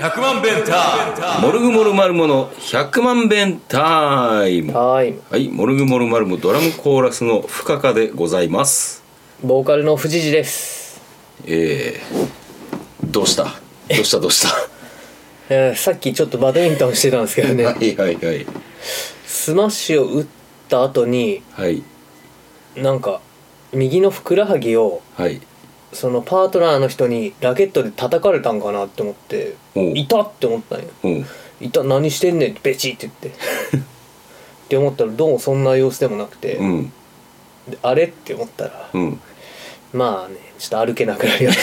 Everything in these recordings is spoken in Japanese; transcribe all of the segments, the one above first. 100万弁タイムモルグモルマルモの100万弁タイムはーいはいモルグモルマルモドラムコーラスの深カでございますボーカルの藤次です、えー、どうしたどうしたどうしたえーさっきちょっとバドミントンしてたんですけどねはいはいはいスマッシュを打った後にはいなんか右のふくらはぎをはいそのパートナーの人にラケットで叩かれたんかなって思っておう「痛っ!」って思ったんようん「痛っ何してんねん」ってベチって 言ってって思ったらどうもそんな様子でもなくて、うんであれって思ったらうんまあねちょっと歩けなくなりまし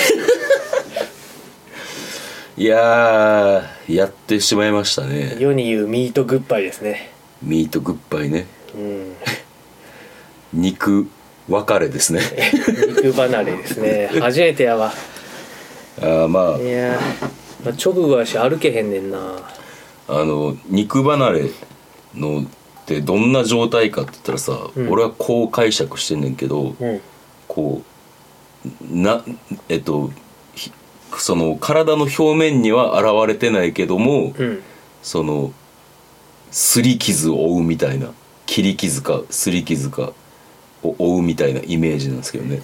いやーやってしまいました たね世に言うミートグッバイですねミートグッバイねうん肉別れですね肉離れですね初めてやわあーまあいやー、まあ、直後やし歩けへんねんなあの肉離れのってどんな状態かって言ったらさ、うん俺はこう解釈してんねんけど、うんこうなえっとひその体の表面には現れてないけども、うんそのすり傷を負うみたいな切り傷かすり傷かを負うみたいなイメージなんですけどね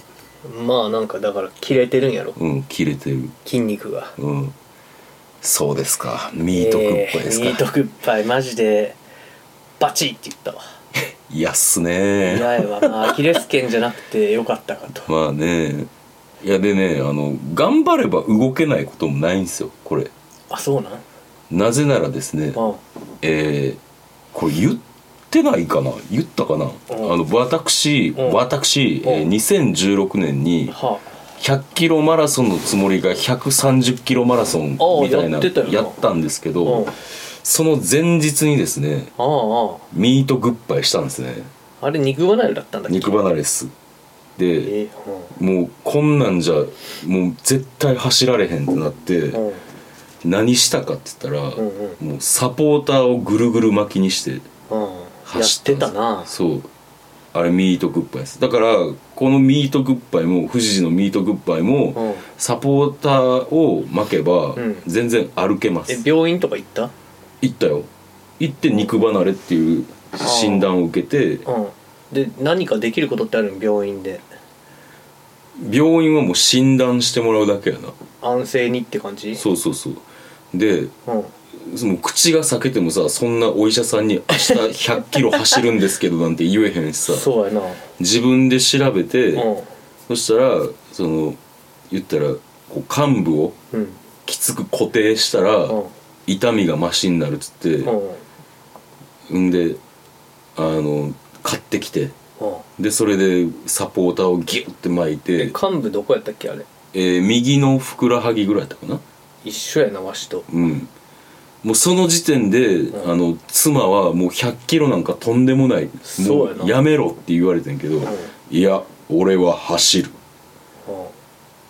まあなんかだから切れてるんやろうん切れてる筋肉がうんそうですかミートクッパですか、えーミートクッパイマジでバチって言ったわいやっすね嫌やわまあアキレス腱じゃなくてよかったかとまあねいやでねあの頑張れば動けないこともないんですよこれあそうなんなぜならですねうんえーこれ言ってないかな言ったかな、うんあの私、うん私、えーうん2016年には100キロマラソンのつもりが130キロマラソンああみたいなやってたよなやったんですけあうんどあその前日にですねああミートグッバイしたんですねああれ肉離れだったんだっけ肉離れですで、えもうこんなんじゃもう絶対走られへんってなって、うんうん何したかって言ったら、んうもうサポーターをぐるぐる巻きにしてうんや走っったんですてたなそうあれミートグッバイですだからこのミートグッバイも富士のミートグッバイも、うんサポーターを巻けば、うん全然歩けまえす病院とか行った行ったよ行って肉離れっていう診断を受けてうんで何かできることってあるの病院で病院はもう診断してもらうだけやな安静にって感じそうそうそうでうんその口が裂けてもさそんなお医者さんに「明日1 0 0キロ走るんですけど」なんて言えへんしさ そうやな自分で調べて、うそしたらその言ったらこう患部をんうんきつく固定したら、うん痛みがマシになるっつって、うんんであの買ってきてうんでそれでサポーターをギュッて巻いえて、幹部どこやったっけあれえー右のふくらはぎぐらいやったかな一緒やなわしとうんもうその時点で、うんあの妻はもう1 0 0キロなんかとんでもないそうやなもやめろって言われてんけど、いや俺は走る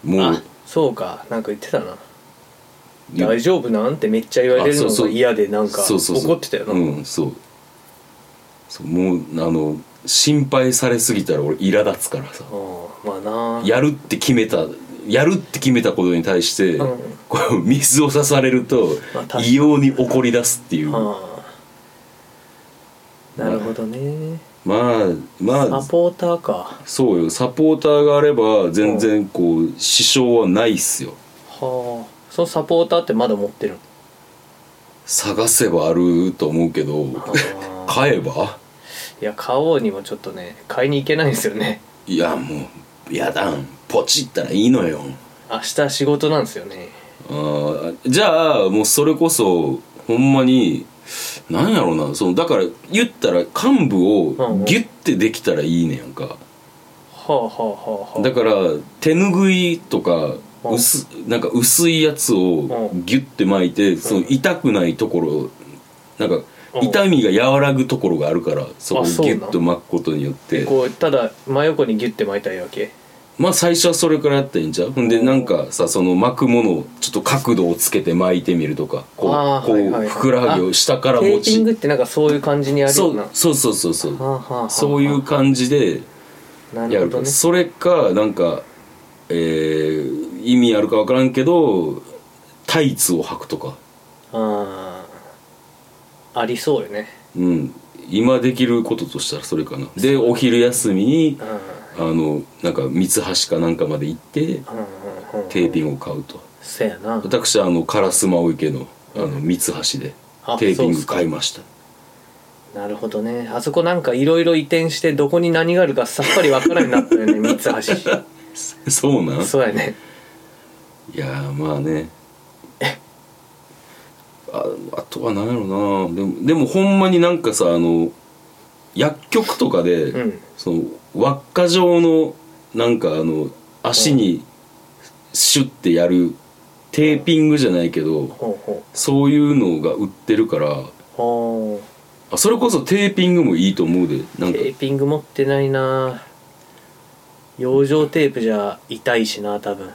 うんもあうそうかなんか言ってたな大丈夫なんてめっちゃ言われるあそうのがそう嫌でなんかそうそうそう怒ってたよなうんそうそうもうあの心配されすぎたら俺苛立つからさうんまあなやるって決めたやるって決めたことに対して、うんこう水を刺されるとまあ確かに異様に怒り出すっていう、うんなるほどねまあまサあポーターかそうよサポーターがあれば全然こう支障はないっすよはあそのサポーターってまだ持っ てるの探せばあると思うけどあー買えばいや買おうにもちょっとね買いに行けないんですよねいやもうやだんポチったらいいのよ明日仕事なんですよねあーじゃあもうそれこそほんまになんやろうなそのだから言ったら幹部うんうをんギュッてできたらいいねやんかはあはあはあはあだから手拭いとかうん薄なんか薄いやつをうんギュッて巻いてその痛くないところなんかうん痛みが和らぐところがあるからそこをあギそうなんュッと巻くことによってこうただ真横にギュッて巻いたいわけまあ最初はそれからやったらいいんちゃうほんでなんかさその巻くものをちょっと角度をつけて巻いてみるとかこあうーこはいはういふくらはぎを下からテ持ーピちングってなんかそういう感じにやるそようなうそうそうそうそうはあはあはあそういう感じでなやるるほかどらねそれかなんかえー意味あるか分からんけどタイツを履くとか、ああありそうよねうん、今できることとしたらそれかなでお昼休みにうんうんあのなんか三橋かなんかまで行ってうんうんテーピングを買うとせやな私はあの烏丸池のあの三橋であテーピンそうっグすか買いましたなるほどねあそこなんかいろいろ移転してどこに何があるかさ っぱりわからんようになったよね三橋そうなんそうやねいやーまあねああとは何やろなでもでもほんまになんかさあの薬局とかで、うんその輪っか状のなんかあの足にシュッてやるテーピングじゃないけどほうほうそういうのが売ってるからほあそれこそテーピングもいいと思うでなうんかテーピング持ってないな養生テープじゃ痛いしな多分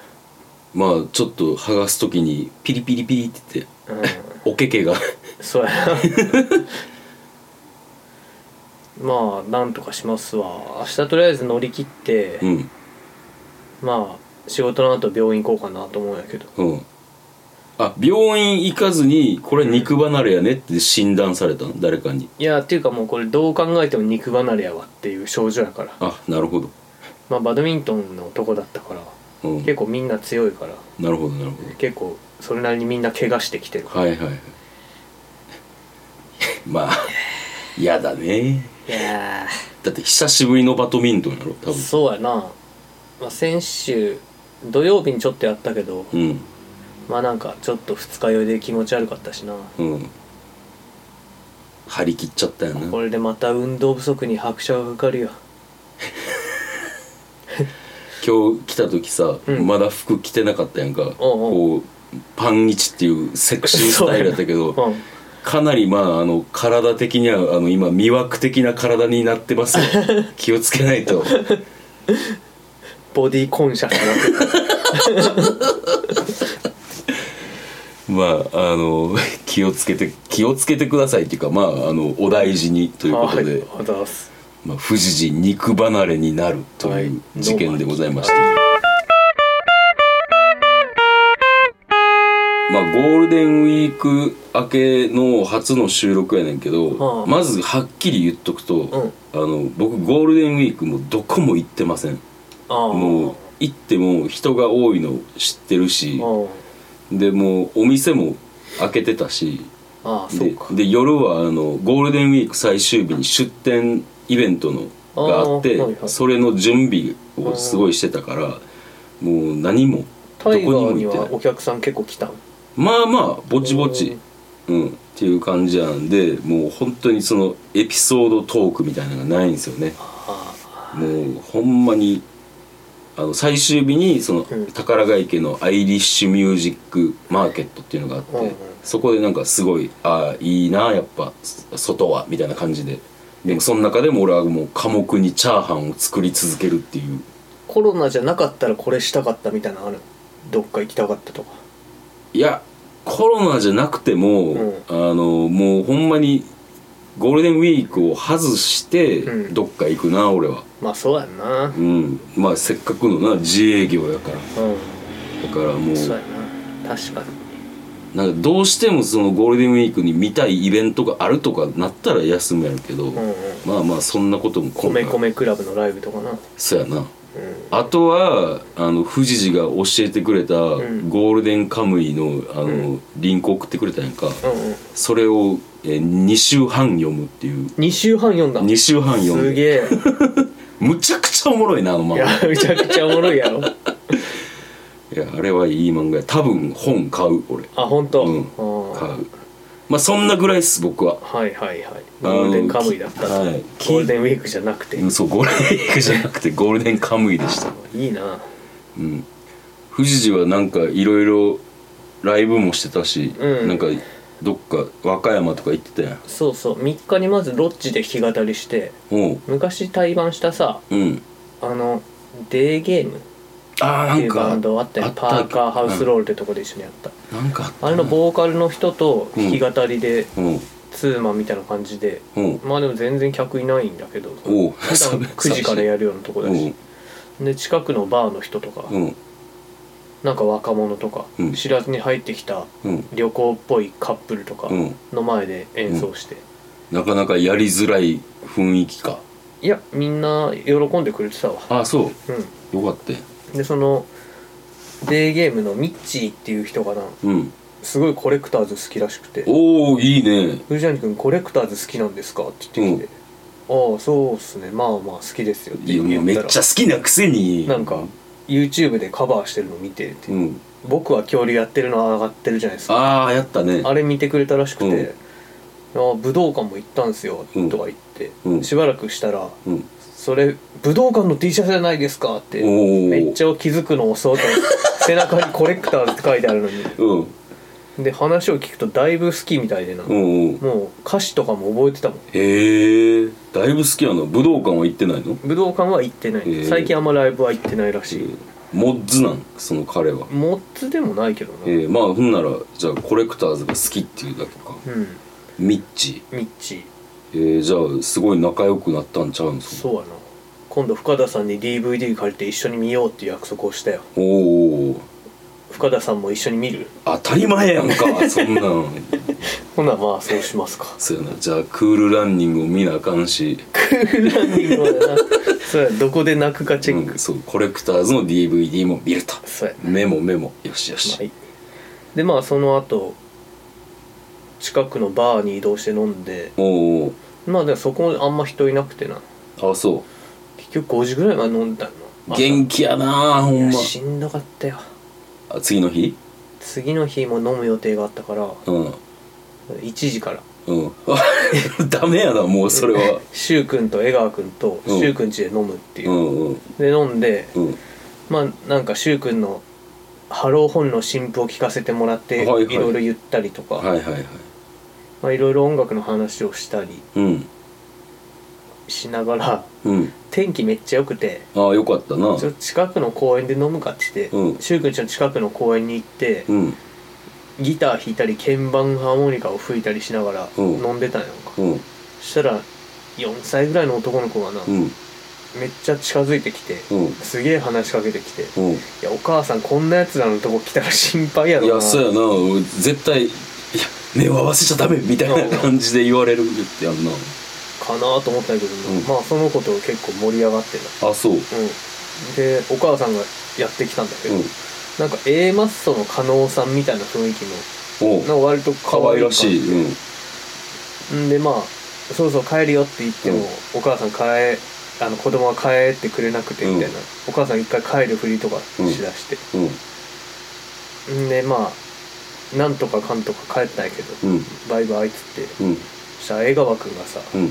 まあちょっと剥がす時にピリピリピリって言ってうんおけけがそうやな まあなんとかしますわ明日とりあえず乗り切って、 うんまあ仕事の後病院行こうかなと思うんやけどうんあ病院行かずにこれ肉離れやねって診断されたの誰かにいやっていうかもうこれどう考えても肉離れやわっていう症状やからあなるほど、まあバドミントンのとこだったからうん、結構みんな強いからなるほどなるほど結構それなりにみんな怪我してきてるかはいはいはい まあ嫌だねらいやだって久しぶりのバドミントンやろ多分そうやな、まあ、先週土曜日にちょっとやったけどうんまあなんかちょっと二日酔いで気持ち悪かったしなうん張り切っちゃったよなこれでまた運動不足に拍車がかかるよ今日来た時さ、うんまだ服着てなかったやんかおこうパンイチっていうセクシースタイルだったけど、うんかなりまああの体的にはあの今魅惑的な体になって ますよ気をつけないとボディコンシャスになってるまああの気をつけて気をつけてくださいっていうかまああのお大事に ということで、はいありがとうございますまあ、富士寺肉離れになるというはい事件でございまして、まあ、ゴールデンウィーク明けの初の収録やねんけど、はあまずはっきり言っとくと、あの僕ゴールデンウィークもどこも行ってませんああもう行っても人が多いの知ってるしうんでもうお店も開けてたしああそうでかで夜はあのゴールデンウィーク最終日に出店イベントのあーがあってはいはいそれの準備をすごいしてたからもう何もどこタイにガーもに行ってはないお客さん結構来たんまあまあぼちぼち、うん、っていう感じなんでもう本当にそのエピソードトークみたいなのがないんですよねああもうほんまにあの最終日にそのうん宝ヶ池のアイリッシュミュージックマーケットっていうのがあって、うんうんそこでなんかすごいああいいなやっぱそ外はみたいな感じででもその中でも俺はもう寡黙にチャーハンを作り続けるっていうコロナじゃなかったらこれしたかったみたいなのあるどっか行きたかったとかいやコロナじゃなくても、うんあのもうほんまにゴールデンウィークを外してうんどっか行くな、俺はまあそうやんなうんうんまあせっかくのな自営業やからだからもうそうやな確かになんかどうしてもそのゴールデンウィークに見たいイベントがあるとかなったら休むやるけど、うんうんまあまあそんなことも今米回米クラブのライブとかなうんそうやなあとはあの富士寺が教えてくれたゴんールデンカムイのあの、リンク送ってくれたやんか、うんうんそれを、え2週半読むっていう2週半読んだ2週半読すむげえむちゃくちゃおもろいなあの漫い画やいめちゃくちゃおもろいやろやあれはいい漫画や多分本買う俺あ本当。うんあ買うまあそんなぐらいっす僕はあはいはいはいゴールデンカムイだったらあのゴはいールデンウィークじゃなくてうんそうゴールデンウィークじゃなく てゴールデンカムイでしたいいなうん富士寺はなんかいろいろライブもしてたし、うんなんかどっか和歌山とか行ってたやんそうそう3日にまずロッジで弾き語りしておう昔対バンしたさうんあのデーゲームっああなていんうかバンドあったよパーカーハウスロールってとこで一緒にやった、ーなんかあったあれのボーカルの人と弾き語りでうんうんツーマンみたいな感じで、おうまあでも全然客いないんだけど おう普段9時からやるようなとこだおうしで近くのバーの人とか、うんなんか若者とか、うん知らずに入ってきたうん旅行っぽいカップルとかうんの前で演奏して、なかなかやりづらい雰囲気かいやみんな喜んでくれてたわ、あそうんうよかったよ、でそのデーゲームのミッチーっていう人がなうんすごいコレクターズ好きらしくておおいいね藤谷君コレクターズ好きなんですか?」って言ってきて「ああそうっすねまあまあ好きですよ」っていや言ったもらうめっちゃ好きなくせになんか YouTube でカバーしてるの見てって、うん僕は恐竜やってるの上がってるじゃないですかああやったねあれ見てくれたらしくて「ああ武道館も行ったんすよ」うんとか言って、うんしばらくしたらうん「それ武道館の T シャツじゃないですか」っておおめっちゃ気づくの遅いと 思って背中に「コレクターズ」って書いてあるのにうんで話を聞くとだいぶ好きみたいでな、うんうんもう歌詞とかも覚えてたもんへえだいぶ好きやな武道館は行ってないの武道館は行ってない、えー最近あんまライブは行ってないらしい、モッズなんその彼はモッツでもないけどな、えー、まあほんならじゃあコレクターズが好きっていうだけかうんミッチミッチー、えー、じゃあすごい仲良くなったんちゃうんすかそうやな今度深田さんに DVD 借りて一緒に見ようっていう約束をしたよおーおー深田さんも一緒に見る当たり前やん かそんなんほなまあそうします かそうやなじゃあクールランニングを見なあかんし、ランニングはなそうやどこで泣くかチェック、うんそうコレクターズの DVD も見るとそうやな、メモメモよしよし、はい、でまあその後近くのバーに移動して飲んでおーまあでもそこあんま人いなくてなおーあそ結局5時ぐらいまで飲んだうの元気やなあほいんやましんどかったよあ次の日次の日も飲む予定があったからうん1時からうん あダメやなもうそれは柊君と江川君とうん柊君家で飲む っていうう、んうんで飲んでうんまあなんか柊君の「ハロー本の新譜」を聞かせてもらって、はいいはいろいろ言ったりとか、はいはいはいまあ、いろいろ音楽の話をしたりうんしながらうん天気めっちゃ良くてああよかったなちょっと近くの公園で飲むかって言ってうん柊、君家の近くの公園に行って、うんギター弾いたり鍵盤ハーモニカを吹いたりしながらうん飲んでたんやんか、うんそしたら4歳ぐらいの男の子がな、うんめっちゃ近づいてきて、うんすげえ話しかけてきて「うんいやお母さんこんなやつらのとこ来たら心配やろいな」やそうやな俺絶対いや目を合わせちゃダメみたいな感じで言われるってやんなかなと思ったんやけどな、うんまあその子と結構盛り上がってあそううんた、うん、でお母さんがやってきたんだけど、なんか A マッソの加納さんみたいな雰囲気のおなんか割とか可わ愛いいらしいうんんでまあそろそろ帰るよって言っても、うんお母さん帰あの子供は帰ってくれなくてみたいな、うんお母さん一回帰るふりとかしだして、うんんでまあなんとかかんとか帰ったんやけど、うんバイバイっつってうんそしたら江川君がさ、うもうん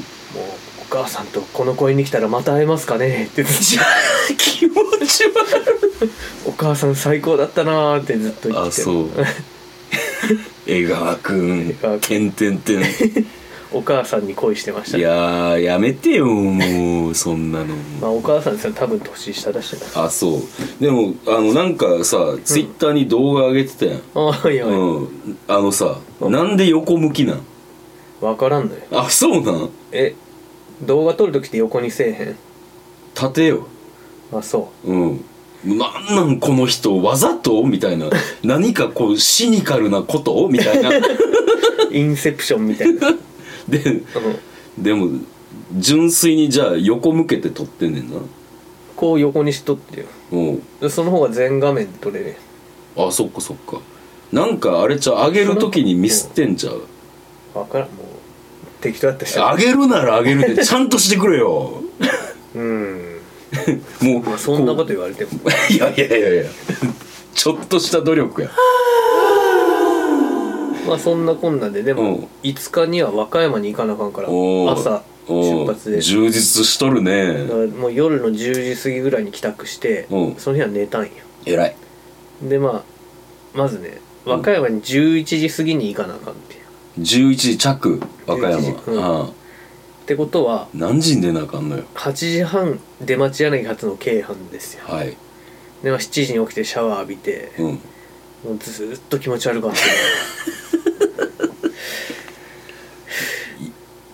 お母さんとこの公園に来たらまた会えますかねってずっ 気持ち悪とお母さん最高だったなーってずっと言あって そう江川くん川けんてんてんいお母さんに恋してましたねやーやめてよもうそんなのまあお母さんですよ多分年下だしなあそうでもあのなんかさツイッターに動画上げてたやんああいやいやうん、あのさ、なんで横向きなん分からんのよあそうなんえ動画撮るときって横にせえへん立てよあそうんなんなんこの人わざとみたい な何かこうシニカルなことみたいなうインセプションみたい な、うん、ででも純粋にじゃあ横向けて撮ってんねんなこう横にしとってようんでその方が全画面で撮れるあそっかそっかなんかあれちゃう上げる時にミスってんちゃう分からんもう適当だったし上げるなら上げ るでちゃんとしてくれようんもうまあそんなここと言われてもういやいやいやいやちょっとした努力やまあそんなこんなででうんも5日には和歌山に行かなあかんからおー朝お出う発で充実しとるだかねらもう夜の10時過ぎぐらいに帰宅してうんその日は寝たんよ偉いでまあまずね和歌山に11時過ぎに行かなあかんっていう11時着和歌山11時うんああってことは何時に出なあかんのよ8時半出町柳発の京阪ですよはいで、まあ、7時に起きてシャワー浴びてうんもうずーっと気持ち悪かった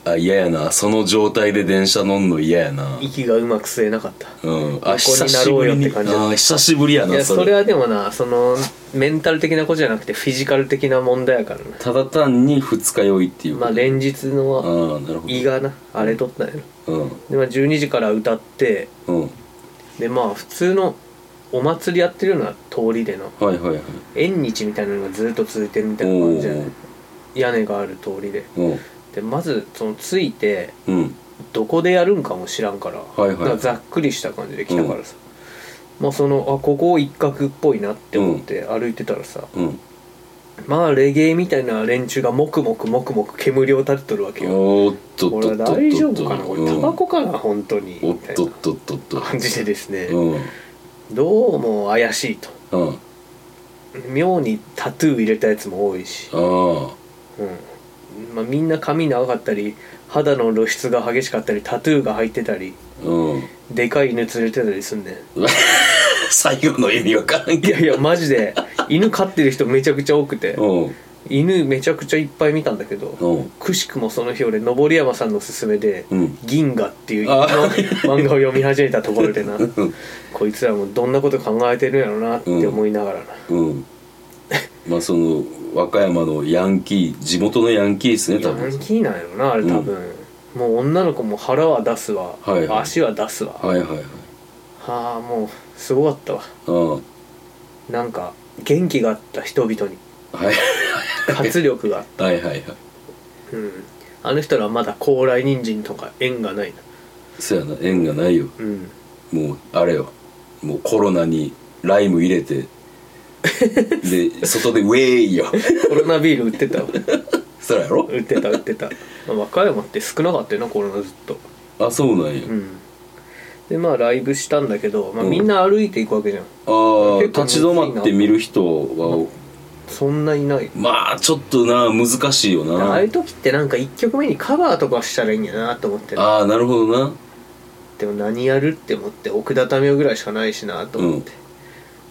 あや嫌やなその状態で電車乗んの嫌やな息がうまく吸えなかったうん横になろうよって感じだあっー久しぶりやたいなやそれはでもなそのメンタル的なことじゃなくてフィジカル的な問題やからなただ単に二日酔いっていうまあ連日あのあーなるほど胃がなあれ取ったんやろうんでまあ12時から歌ってうんでまあ普通のお祭りやってるような通りでのはいはいはい縁日みたいなのがずっと続いてるみたいな感じじゃない屋根がある通りでうんでまずその着いてうんどこでやるんかも知らんから,、いはいざっくりした感じで来たからさ、まあそのあここ一角っぽいなって思って歩いてたらさ、うんまあレゲエみたいな連中がもくもくもくもく煙を立てとるわけよおーっとっことれっとっとっと大丈夫かなこうれんタバコかな本当におみったいとっなとっとっと感じでですね、うんどうも怪しいとうんあ妙にタトゥー入れたやつも多いしあうんまあ、みんな髪長かったり肌の露出が激しかったりタトゥーが入ってたりうんでかい犬連れてたりすんねん最後の意味わからんいけやいやマジで犬飼ってる人めちゃくちゃ多くてどうん犬めちゃくちゃいっぱい見たんだけどうんくしくもその日俺登山さんの勧めでうん「銀河」っていうあ漫画を読み始めたところ でなこいつらもどんなこと考えてるんやろなって思いながらな、うんまあその和歌山のヤンキー地元のヤンキーですね多ヤン分キーなんやろなあれ多分、もう女の子も腹は出すわ、はいはい足は出すわ、はいはいはいはあもうすごかったわうんなんか元気があった人々 にはい活力があっはいはいはいた、うん、あの人らはまだ高麗人参とか縁がないなそやな縁がないようんもうあれよもうコロナにライム入れてで外でウェイよコロナビール売ってたわそらやろ売ってた売ってた、まあ、和歌山って少なかったよなコロナずっとあそうなんや、うんでまあライブしたんだけど、まあ、うんみんな歩いていくわけじゃあん、あ結構立ち止まって見る人はそんないないまあちょっとな難しいよあなあいう時ってなんか1曲目にカバーとかしたらいいんやなと思ってなああなるほどなでも何やるって思って奥田民生ぐらいしかないしなと思って、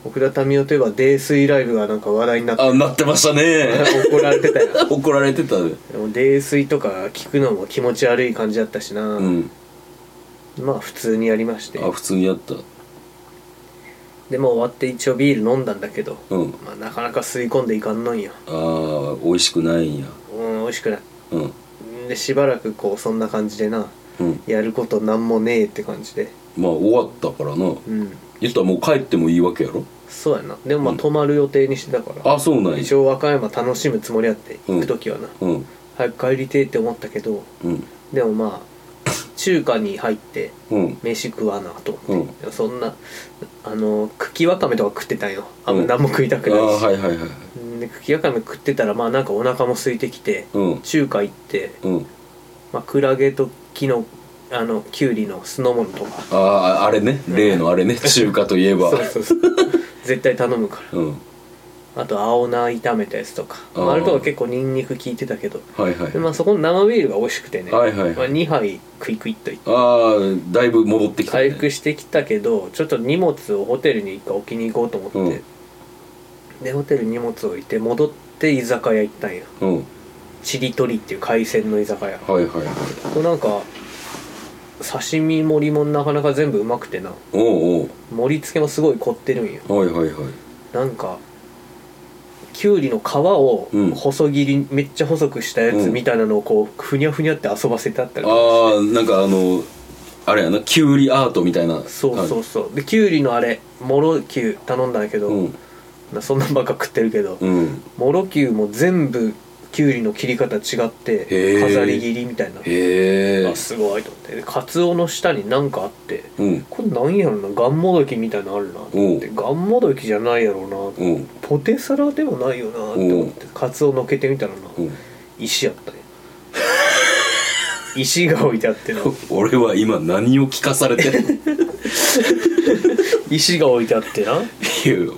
奥田民生といえば泥酔ライブがなんか話題になってあなってました ね怒られてたよ怒られてたねでも泥酔とか聞くのも気持ち悪い感じだったしな、うんまあ普通にやりましてあ普通にやったでもう終わって一応ビール飲んだんだけど、うんまあ、なかなか吸い込んでいかんのんやああ美味しくないんやうん美味しくないうんでしばらくこうそんな感じでなうんやることなんもねえって感じでまあ終わったからなうん言ったらもう帰ってもいいわけやろそうやなでもまあうん泊まる予定にしてたから、あそうなんや一応和歌山楽しむつもりやってうん行く時はな、うん早く帰りてえって思ったけどうんでもまあ中華に入ってうん飯食わなとう思んって、そんなあの茎わかめとか食ってたんよあんうまん何も食いたあくあないし、はいはいはいで茎わかめ食ってたらまあなんかお腹も空いてきて、うん中華行って、うんまあ、クラゲと木のあのキュウリの酢の物とかあああれね例のあ れね中華といえばそうそうそう絶対頼むかうんらあと青菜炒めたやつとかああ,、ーまあ、あれとか結構ニンニク効いてたけどはいはいで、まあ、そこの生ビールが美味しくてね、はいはいまはあ、い2杯クイクイっといってああだいぶ戻ってきたね回復してきたけどちょっと荷物をホテルに一回置きに行こうと思って、でホテルに荷物を置いて戻って居酒屋行ったんやうんチリトリっていう海鮮の居酒屋はいはいはいこれなんか刺身盛りもなかなか全部うまくてなおう盛り付けもすごい凝ってるんよおうはいはいはいなんかきゅうりの皮をうん細切り、めっちゃ細くしたやつみたいなのをこうふにゃふにゃって遊ばせてあったりああなんかあのあれやなキュウリアートみたいなそうそううそうできゅうりのあれもろきゅう頼んだんやけど、うんなそんなんばっか食ってるけど、うんもろきゅうも全部きゅうりの切り方違っへーて飾り切りみたいなへえあすごいと思ってでカツオの下に何かあってうんこれなんやろなガンもどきみたいなのあるなと思ってうガンもどきじゃないやろうなうんポテサラでもないよなと思ってカツオのけてみたらなうん石やったね石が置いてあってな俺は今何を聞かされて るのい石が置いてあってなや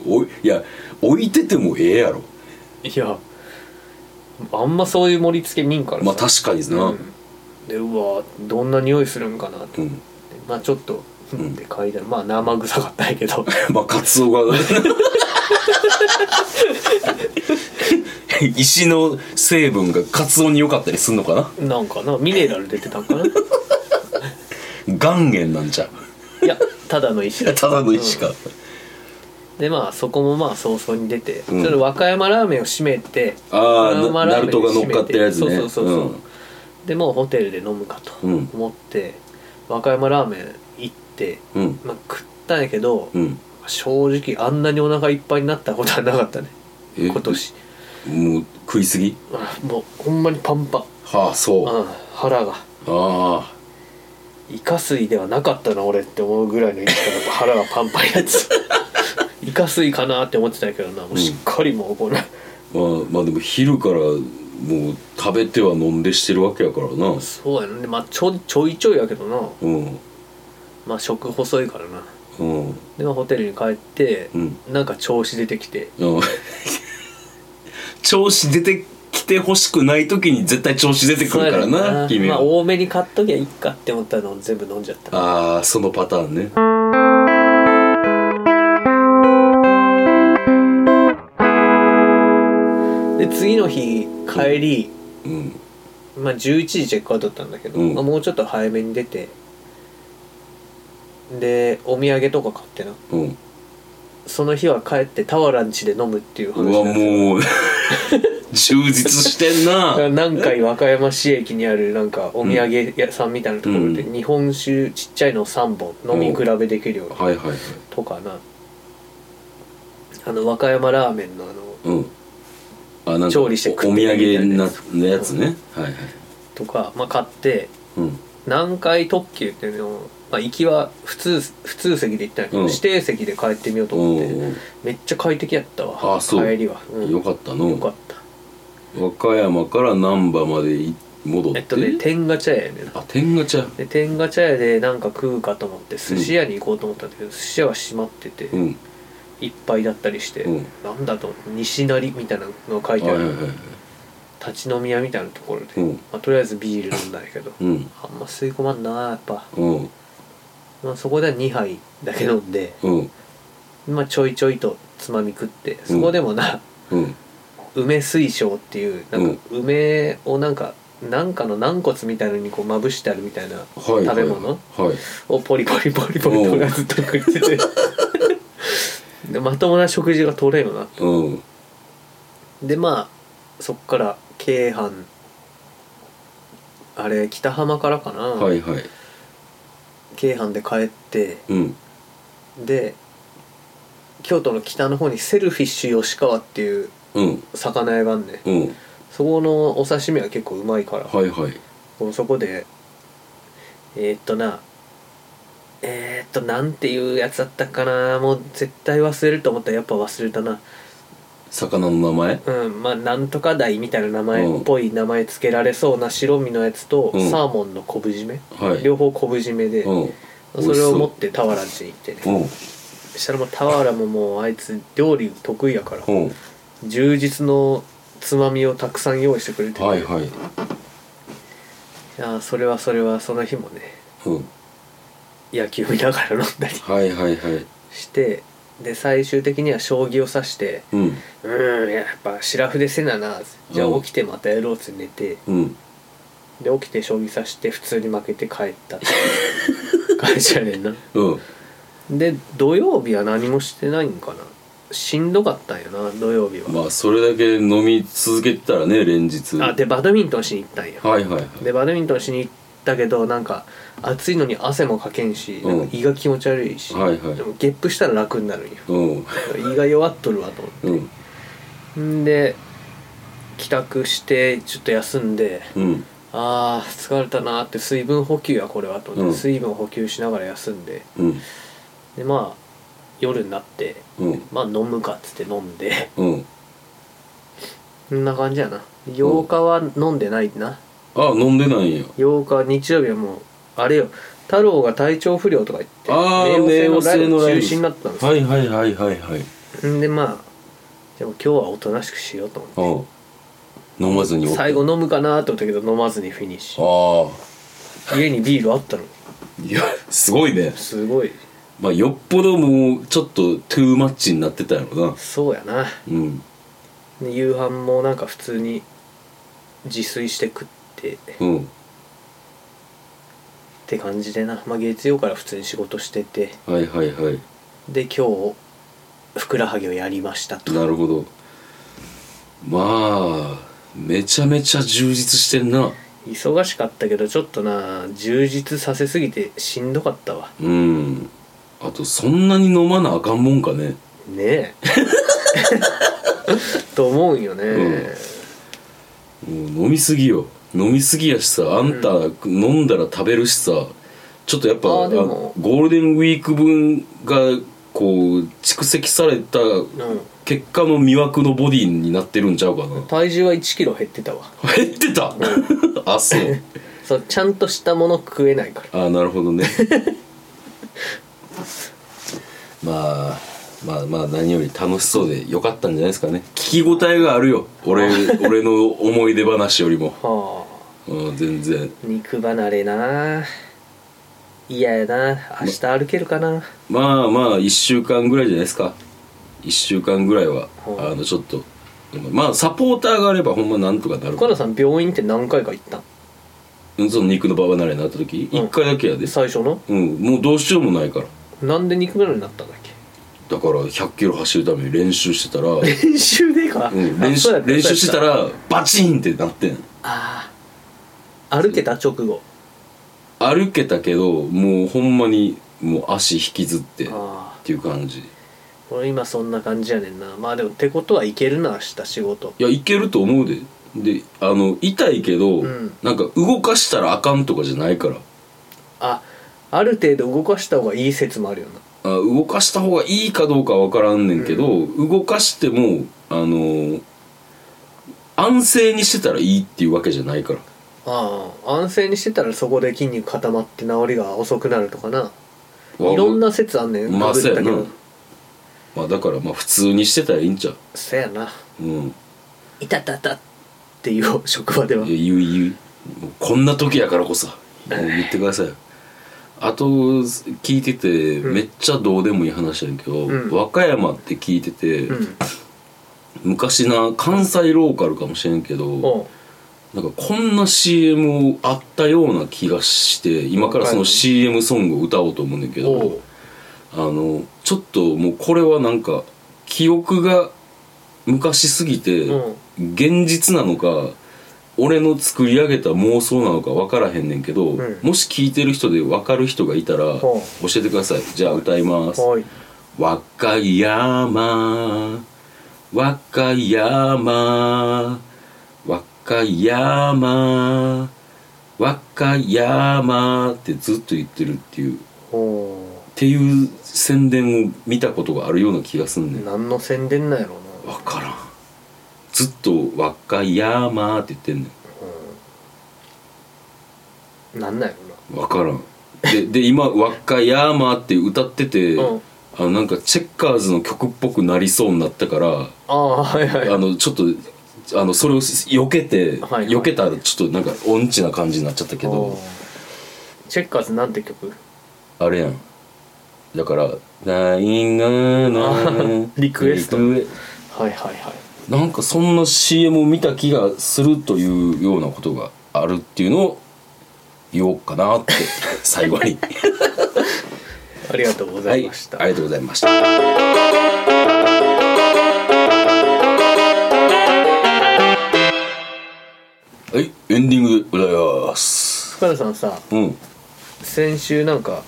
おいいや置いててもええやろいやあんまそういう盛り付け見んからまあ確かになうんでうわどんな匂いするんかなと思って、うんまあちょっとふんって嗅いだらまあ生臭かったんやけど まあカツオが石の成分がカツオに良かったりすんのかななんかなミネラル出てたんかない岩塩なんじゃやただの石うただの石うか、んでまあそこもまあ早々に出て、うんそれ和歌山ラーメンを閉めてあ和歌あ山なナラーメルントが乗っかっ閉めてるやつねそうそうそうそう、んでもうホテルで飲むかとうん思って、和歌山ラーメン行って、うんまあ、食ったんやけど、うん正直あんなにお腹いっぱいになったことはなかったねえ今年もう食いすぎあもうほんまにパンパンはあそうあうん腹があイカ水ではなかったな俺って思うぐらいの位置から腹がパンパンや つイカ水かなって思ってたけどなもうしっかりもうこの、まあまあでも昼からもう食べては飲んでしてるわけやからなそうやな、ね、まあちょちょいちょいやけどなうんまあ食細いからなうん でまあホテルに帰って、うんなんか調子出てきてうん調子出てきてほしくない時に絶対調子出てくるからそうやなねん君まは、あ多めに買っときゃいいかって思ったのを全部飲んじゃったああそのパターンねで次の日帰り、うんまあ11時チェックアウトだったんだけど、うんまあ、もうちょっと早めに出てでお土産とか買ってなうんその日は帰ってタワランチで飲むっていう話うわなんですよもう充実してん だかなら南海和歌山市駅にあるなんかお土産屋さんみたいなところでう日本酒ちっちゃいの3本飲み比べできるようなはいはいはいとかなあの和歌山ラーメンのあのうんあなんか調理してお食っおて土るみたい産ななやつのやつね、はいはいとか、まあ、買ってうん南海特急っていうのを、まあ、行きは普通普通席で行ったんやけど、うん指定席で帰ってみようと思って、おうめっちゃ快適やったわあそう帰りは、うんよかったのよかった和歌山から難波までい戻って、えっとね天下茶屋やねんなあ天下茶で天下茶屋でなんか食うかと思って寿司屋に行こうと思ったんだけど、寿司屋は閉まってて、うんいっぱいだったりして、うんなんだと思って西成みたいなのが書いてはあいる、はいはい立ち飲み屋みたいなところで、うんまあ、とりあえずビール飲んだんやけど、うんあんま吸い込まんなやっぱ、うんまあ、そこでは2杯だけ飲んで、うんまあ、ちょいちょいとつまみ食ってそこでもな、うん梅水晶っていうなんか梅をなんかなんかの軟骨みたいのにこうまぶしてあるみたいなはいはい食べ物、はいをポリポリポリポリポリずっと食って てでまともな食事が取れんよなうんでまあそっから京阪あれ北浜からかな、はいはい京阪で帰ってうんで京都の北の方にセルフィッシュ吉川っていううん魚屋があんねんうんそこのお刺身は結構うまいから、はいはいもうそこでえー、っとなえー、っとなんていうやつだったかなもう絶対忘れると思ったらやっぱ忘れたな魚の名前うんまあなんとか鯛みたいな名前っぽい名前つけられそうな白身のやつと、うんサーモンの昆布締め、はい両方昆布締めで、うんそれを持っ美てタワランチに行ってね味しそしたらもうタワラももうあいつ料理得意やからそううんうん充実のつまみをたくさん用意してくれてて、はいいはいやそれはそれはその日もねうん野球見ながら飲んだりはいはいはいしてで最終的には将棋を指してうん「うーんやっぱシラフでせなな」じゃあうん起きてまたやろう」って寝てうんで起きて将棋指して普通に負けて帰ったって いう感じやねんなうんで土曜日は何もしてないんかなしんどかったんやな土曜日は、まあそれだけ飲み続けてたらね連日あでバドミントンしに行ったんやはいはいはいでバドミントンしに行ったけどなんか暑いのに汗もかけんし、うんなんか胃が気持ち悪いし、はいはいでもゲップしたら楽になるんようん胃が弱っとるわと思ってうんんで帰宅してちょっと休んでうんあー疲れたなーって水分補給やこれはと思って、うん水分補給しながら休んでうんでまあ夜になってうんまあ飲むかっつって飲んで うんこんな感じやな8日は飲んでないなあ飲んでないんや8日日曜日はもうあれよ太郎が体調不良とか言ってあー冥王星のライブ冥王星のライブ中止になったんですよ、はいはいはいはいはいんでまあでも今日はおとなしくしようと思ってうん飲まずに最後飲むかなーと思ったけど飲まずにフィニッシュああ家にビールあったのいやすごいねすごいまあよっぽどもうちょっとトゥーマッチになってたやろなそうやなうんで夕飯もなんか普通に自炊して食ってっうんて感じでな、まあ、月曜から普通に仕事しててはいはいはいで今日ふくらはぎをやりましたとなるほどまあめちゃめちゃ充実してんな忙しかったけどちょっとな充実させすぎてしんどかったわうんあとそんなに飲まなあかんもんかねねえ と思うよね、うんもう飲みすぎよ飲みすぎやしさあんた飲んだら食べるしさちょっとやっぱあーでもあゴールデンウィーク分がこう蓄積されたうん結果の魅惑のボディになってるんちゃうか な体重は1キロ減ってたわ減ってたあそうそうちゃんとしたもの食えないからああなるほど ねまあまあまあ何より楽しそうでよかったんじゃないですかね聞き応えがあるよ 俺俺の思い出話よりも、はうん、全然あ肉離れな嫌やな明日歩けるかなまあまあ1週間ぐらいじゃないですか1週間ぐらいははいあのちょっとまあサポーターがあればほんまなんとかなる岡田さん病院って何回か行ったんうんその肉のババなれになった時うん1回だけやで、最初のうん、もうどうしようもないからなんで肉離れになったんだっけ だから1 0 0キロ走るために練習してたら練習でか、うん、あ練そ習うやった練習してたそうやっらバチンってなってんああ歩けた直後歩けたけどもうほんまにもう足引きずってっああていう感じい俺今そんな感じやねんなまあでもってことはいけるな明日仕事やいけると思うでであの痛いけど、うんなんか動かしたらあかんとかじゃないからあある程度動かした方がいい説もあるよなあ動かした方がいいかどうかは分からんねんけど、動かしてもあの安静にしてたらいいっていうわけじゃないからああ安静にしてたらそこで筋肉固まって治りが遅くなるとかなわいろんな説あんねんまあ被ったけどそうやなまあだからまあ普通にしてたらいいんちゃそやなううん「いたたた」っていう職場ではいや言う言うもうこんな時やからこそもう言ってくださいよあと聞いててんめっちゃどうでもいい話やけど、うん和歌山って聞いてて、うん昔な関西ローカルかもしれんけどおうなんかこんな CM あったような気がして今からその和歌山 CM ソングを歌おうと思うねんだけおどうあのちょっともうこれはなんか記憶が昔すぎて、うん現実なのか俺の作り上げた妄想なのか分からへんねんけど、うんもし聞いてる人で分かる人がいたら教ほえてくださいじゃあ歌いますはい「和歌山和歌山和歌山和歌山」ってずっと言ってるっていうっおていう宣伝を見たことがあるような気がすんねんう何の宣伝なんやろうな分からんずっと「和歌山」って言ってんねんなんなんやろ分からんでで今「輪っかヤーマー」って歌ってて、うんあのなんかチェッカーズの曲っぽくなりそうになったからなああはいはいあのちょっとあのそれを避けて、はいはい避けたらちょっとなんか音痴な感じになっちゃったけおうどチェッカーズなんて曲あれやんだから「ナインガーナ リクエストリクはいはいはいエなんかそんな CM を見た気がするというようなことがあるっていうのを言おうか なって最後に。ありがとうございました、はい、ありがとうございましたはいエンディングでございます深田さんさうん先週なんか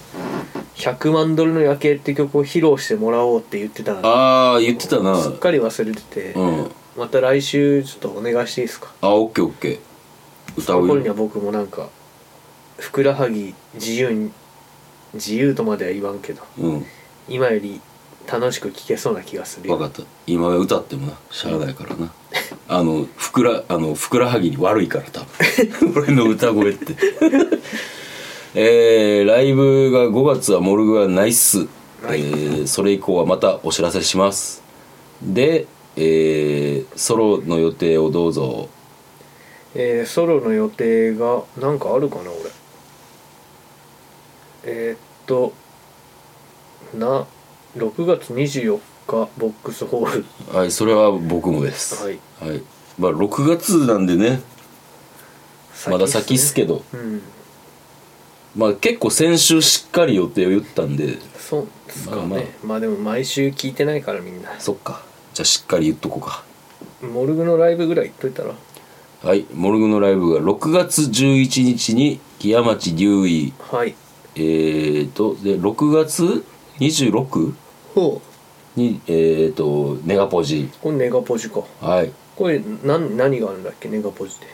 100万ドルの夜景って曲を披露してもらおうって言ってたのにああ言ってたなすっかり忘れてて、うんまた来週ちょっとお願いしていいですかあオッケーオッケー歌そのう頃によは僕もなんかふくらはぎ自由に自由とまでは言わんけどうん今より楽しく聴けそうな気がする分よかった今歌ってもなしゃあないからなあのふくらあのふくらはぎに悪いから多分 俺の歌声ってえー、ライブが5月はモルグはないっす、はいえーそれ以降はまたお知らせしますで、えーソロの予定をどうぞえー、ソロの予定がなんかあるかな俺えー、っとな6月24カボックスホールはいそれは僕もですはい、はいまあ6月なんでねまだ先っすけどどうんまあ結構先週しっかり予定を言ったんでそうですかね、ままああまあでも毎週聞いてないからみんなそっかじゃあしっかり言っとこうかモルグのライブぐらい行っといたらはいモルグのライブが6月11日に木屋町留意はいえーとで6月 26? ほうにえーとネガポジこれネガポジかはいこれ何何があるんだっけネガポジって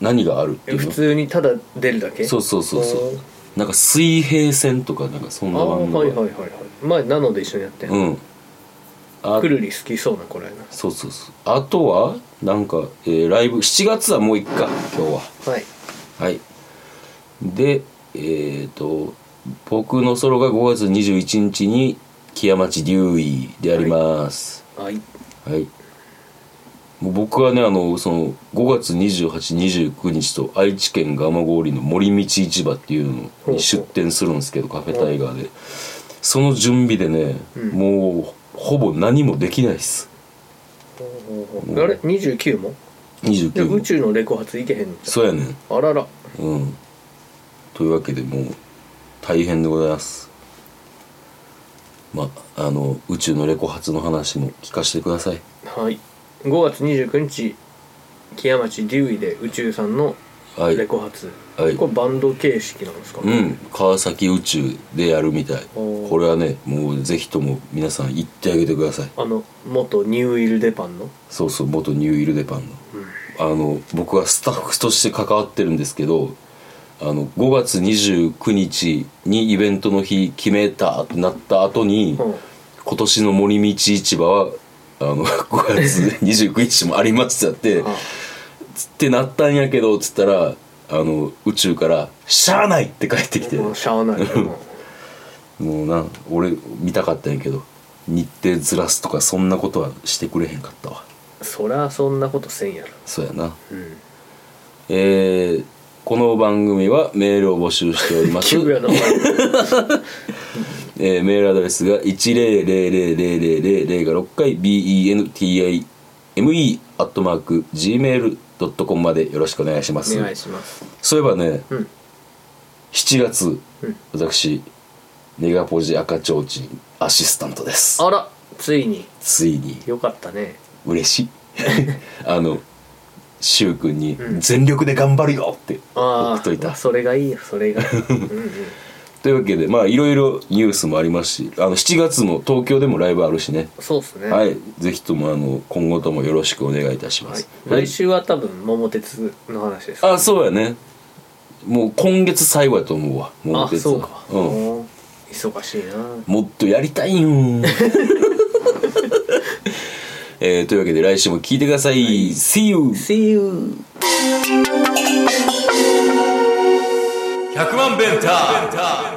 何があるってえいう普の通にただ出るだけそうそうそうそうなんか水平線とかなんかそんあなあバンドはいはいがはいはい前なので一緒にやってんうんあくるり好きそうなこれなそうそうそうあとはなんか、えーライブ7月はもういっか今日ははいはいでえっ、と僕のソロが5月21日に木屋町竜医でありますはいはい、もう僕はねあのその5月2829日と愛知県蒲郡の森道市場っていうのに出店するんですけどカフェタイガーでその準備でね、うんもうほぼ何もできないっすほうほうほうあれ29もで29宇も宙のレコ発いけへんのじそうやねんゃんあららうん。というわけでもう大変でございます。まああの宇宙のレコ発の話も聞かせてください。はい5月29日木屋町デューイで宇宙さんのはいレコ発、はいこれバンド形式なんですか、うん川崎宇宙でやるみたい。おーこれはねもうぜひとも皆さん行ってあげてください。あの元ニューイルデパンのそうそう元ニューイルデパンの。あの僕はスタッフとして関わってるんですけどあの5月29日にイベントの日決めたってなった後に、うん今年の森道市場はあの 5月29日もありますってあつってなったんやけどつったらあの宇宙から「しゃあない!」って帰ってきてもうしゃあ ないよももうな俺見たかったんやけど日程ずらすとかそんなことはしてくれへんかったわうそりゃそんなことせんやろそうやなうんえーこの番組はメールを募集しております、 急やなえーメールアドレスが1000000が6回 bentime.gmail.com までよろしくお願いしますお願いしますそういえばねうん7月、うん私ネガポジ赤ちょうちんアシスタントですあらついについによかったね嬉 しいあの柊君にう「ん全力で頑張るよ!」ってあ送っといた、あそれがいいよ それがうんうんというわけでまあいろいろニュースもありますしあの7月も東京でもライブあるしねそうっすねはい、ぜひともあの今後ともよろしくお願いいたしまはいす。来週は多分桃鉄の話ですあ、そうやね。もう今月最後やと思うわ。桃あ鉄そはうか、うん。おー忙しいなもっとやりたいん よ。えーというわけで来週も聞いてください。See you。 See you 百万ベンター。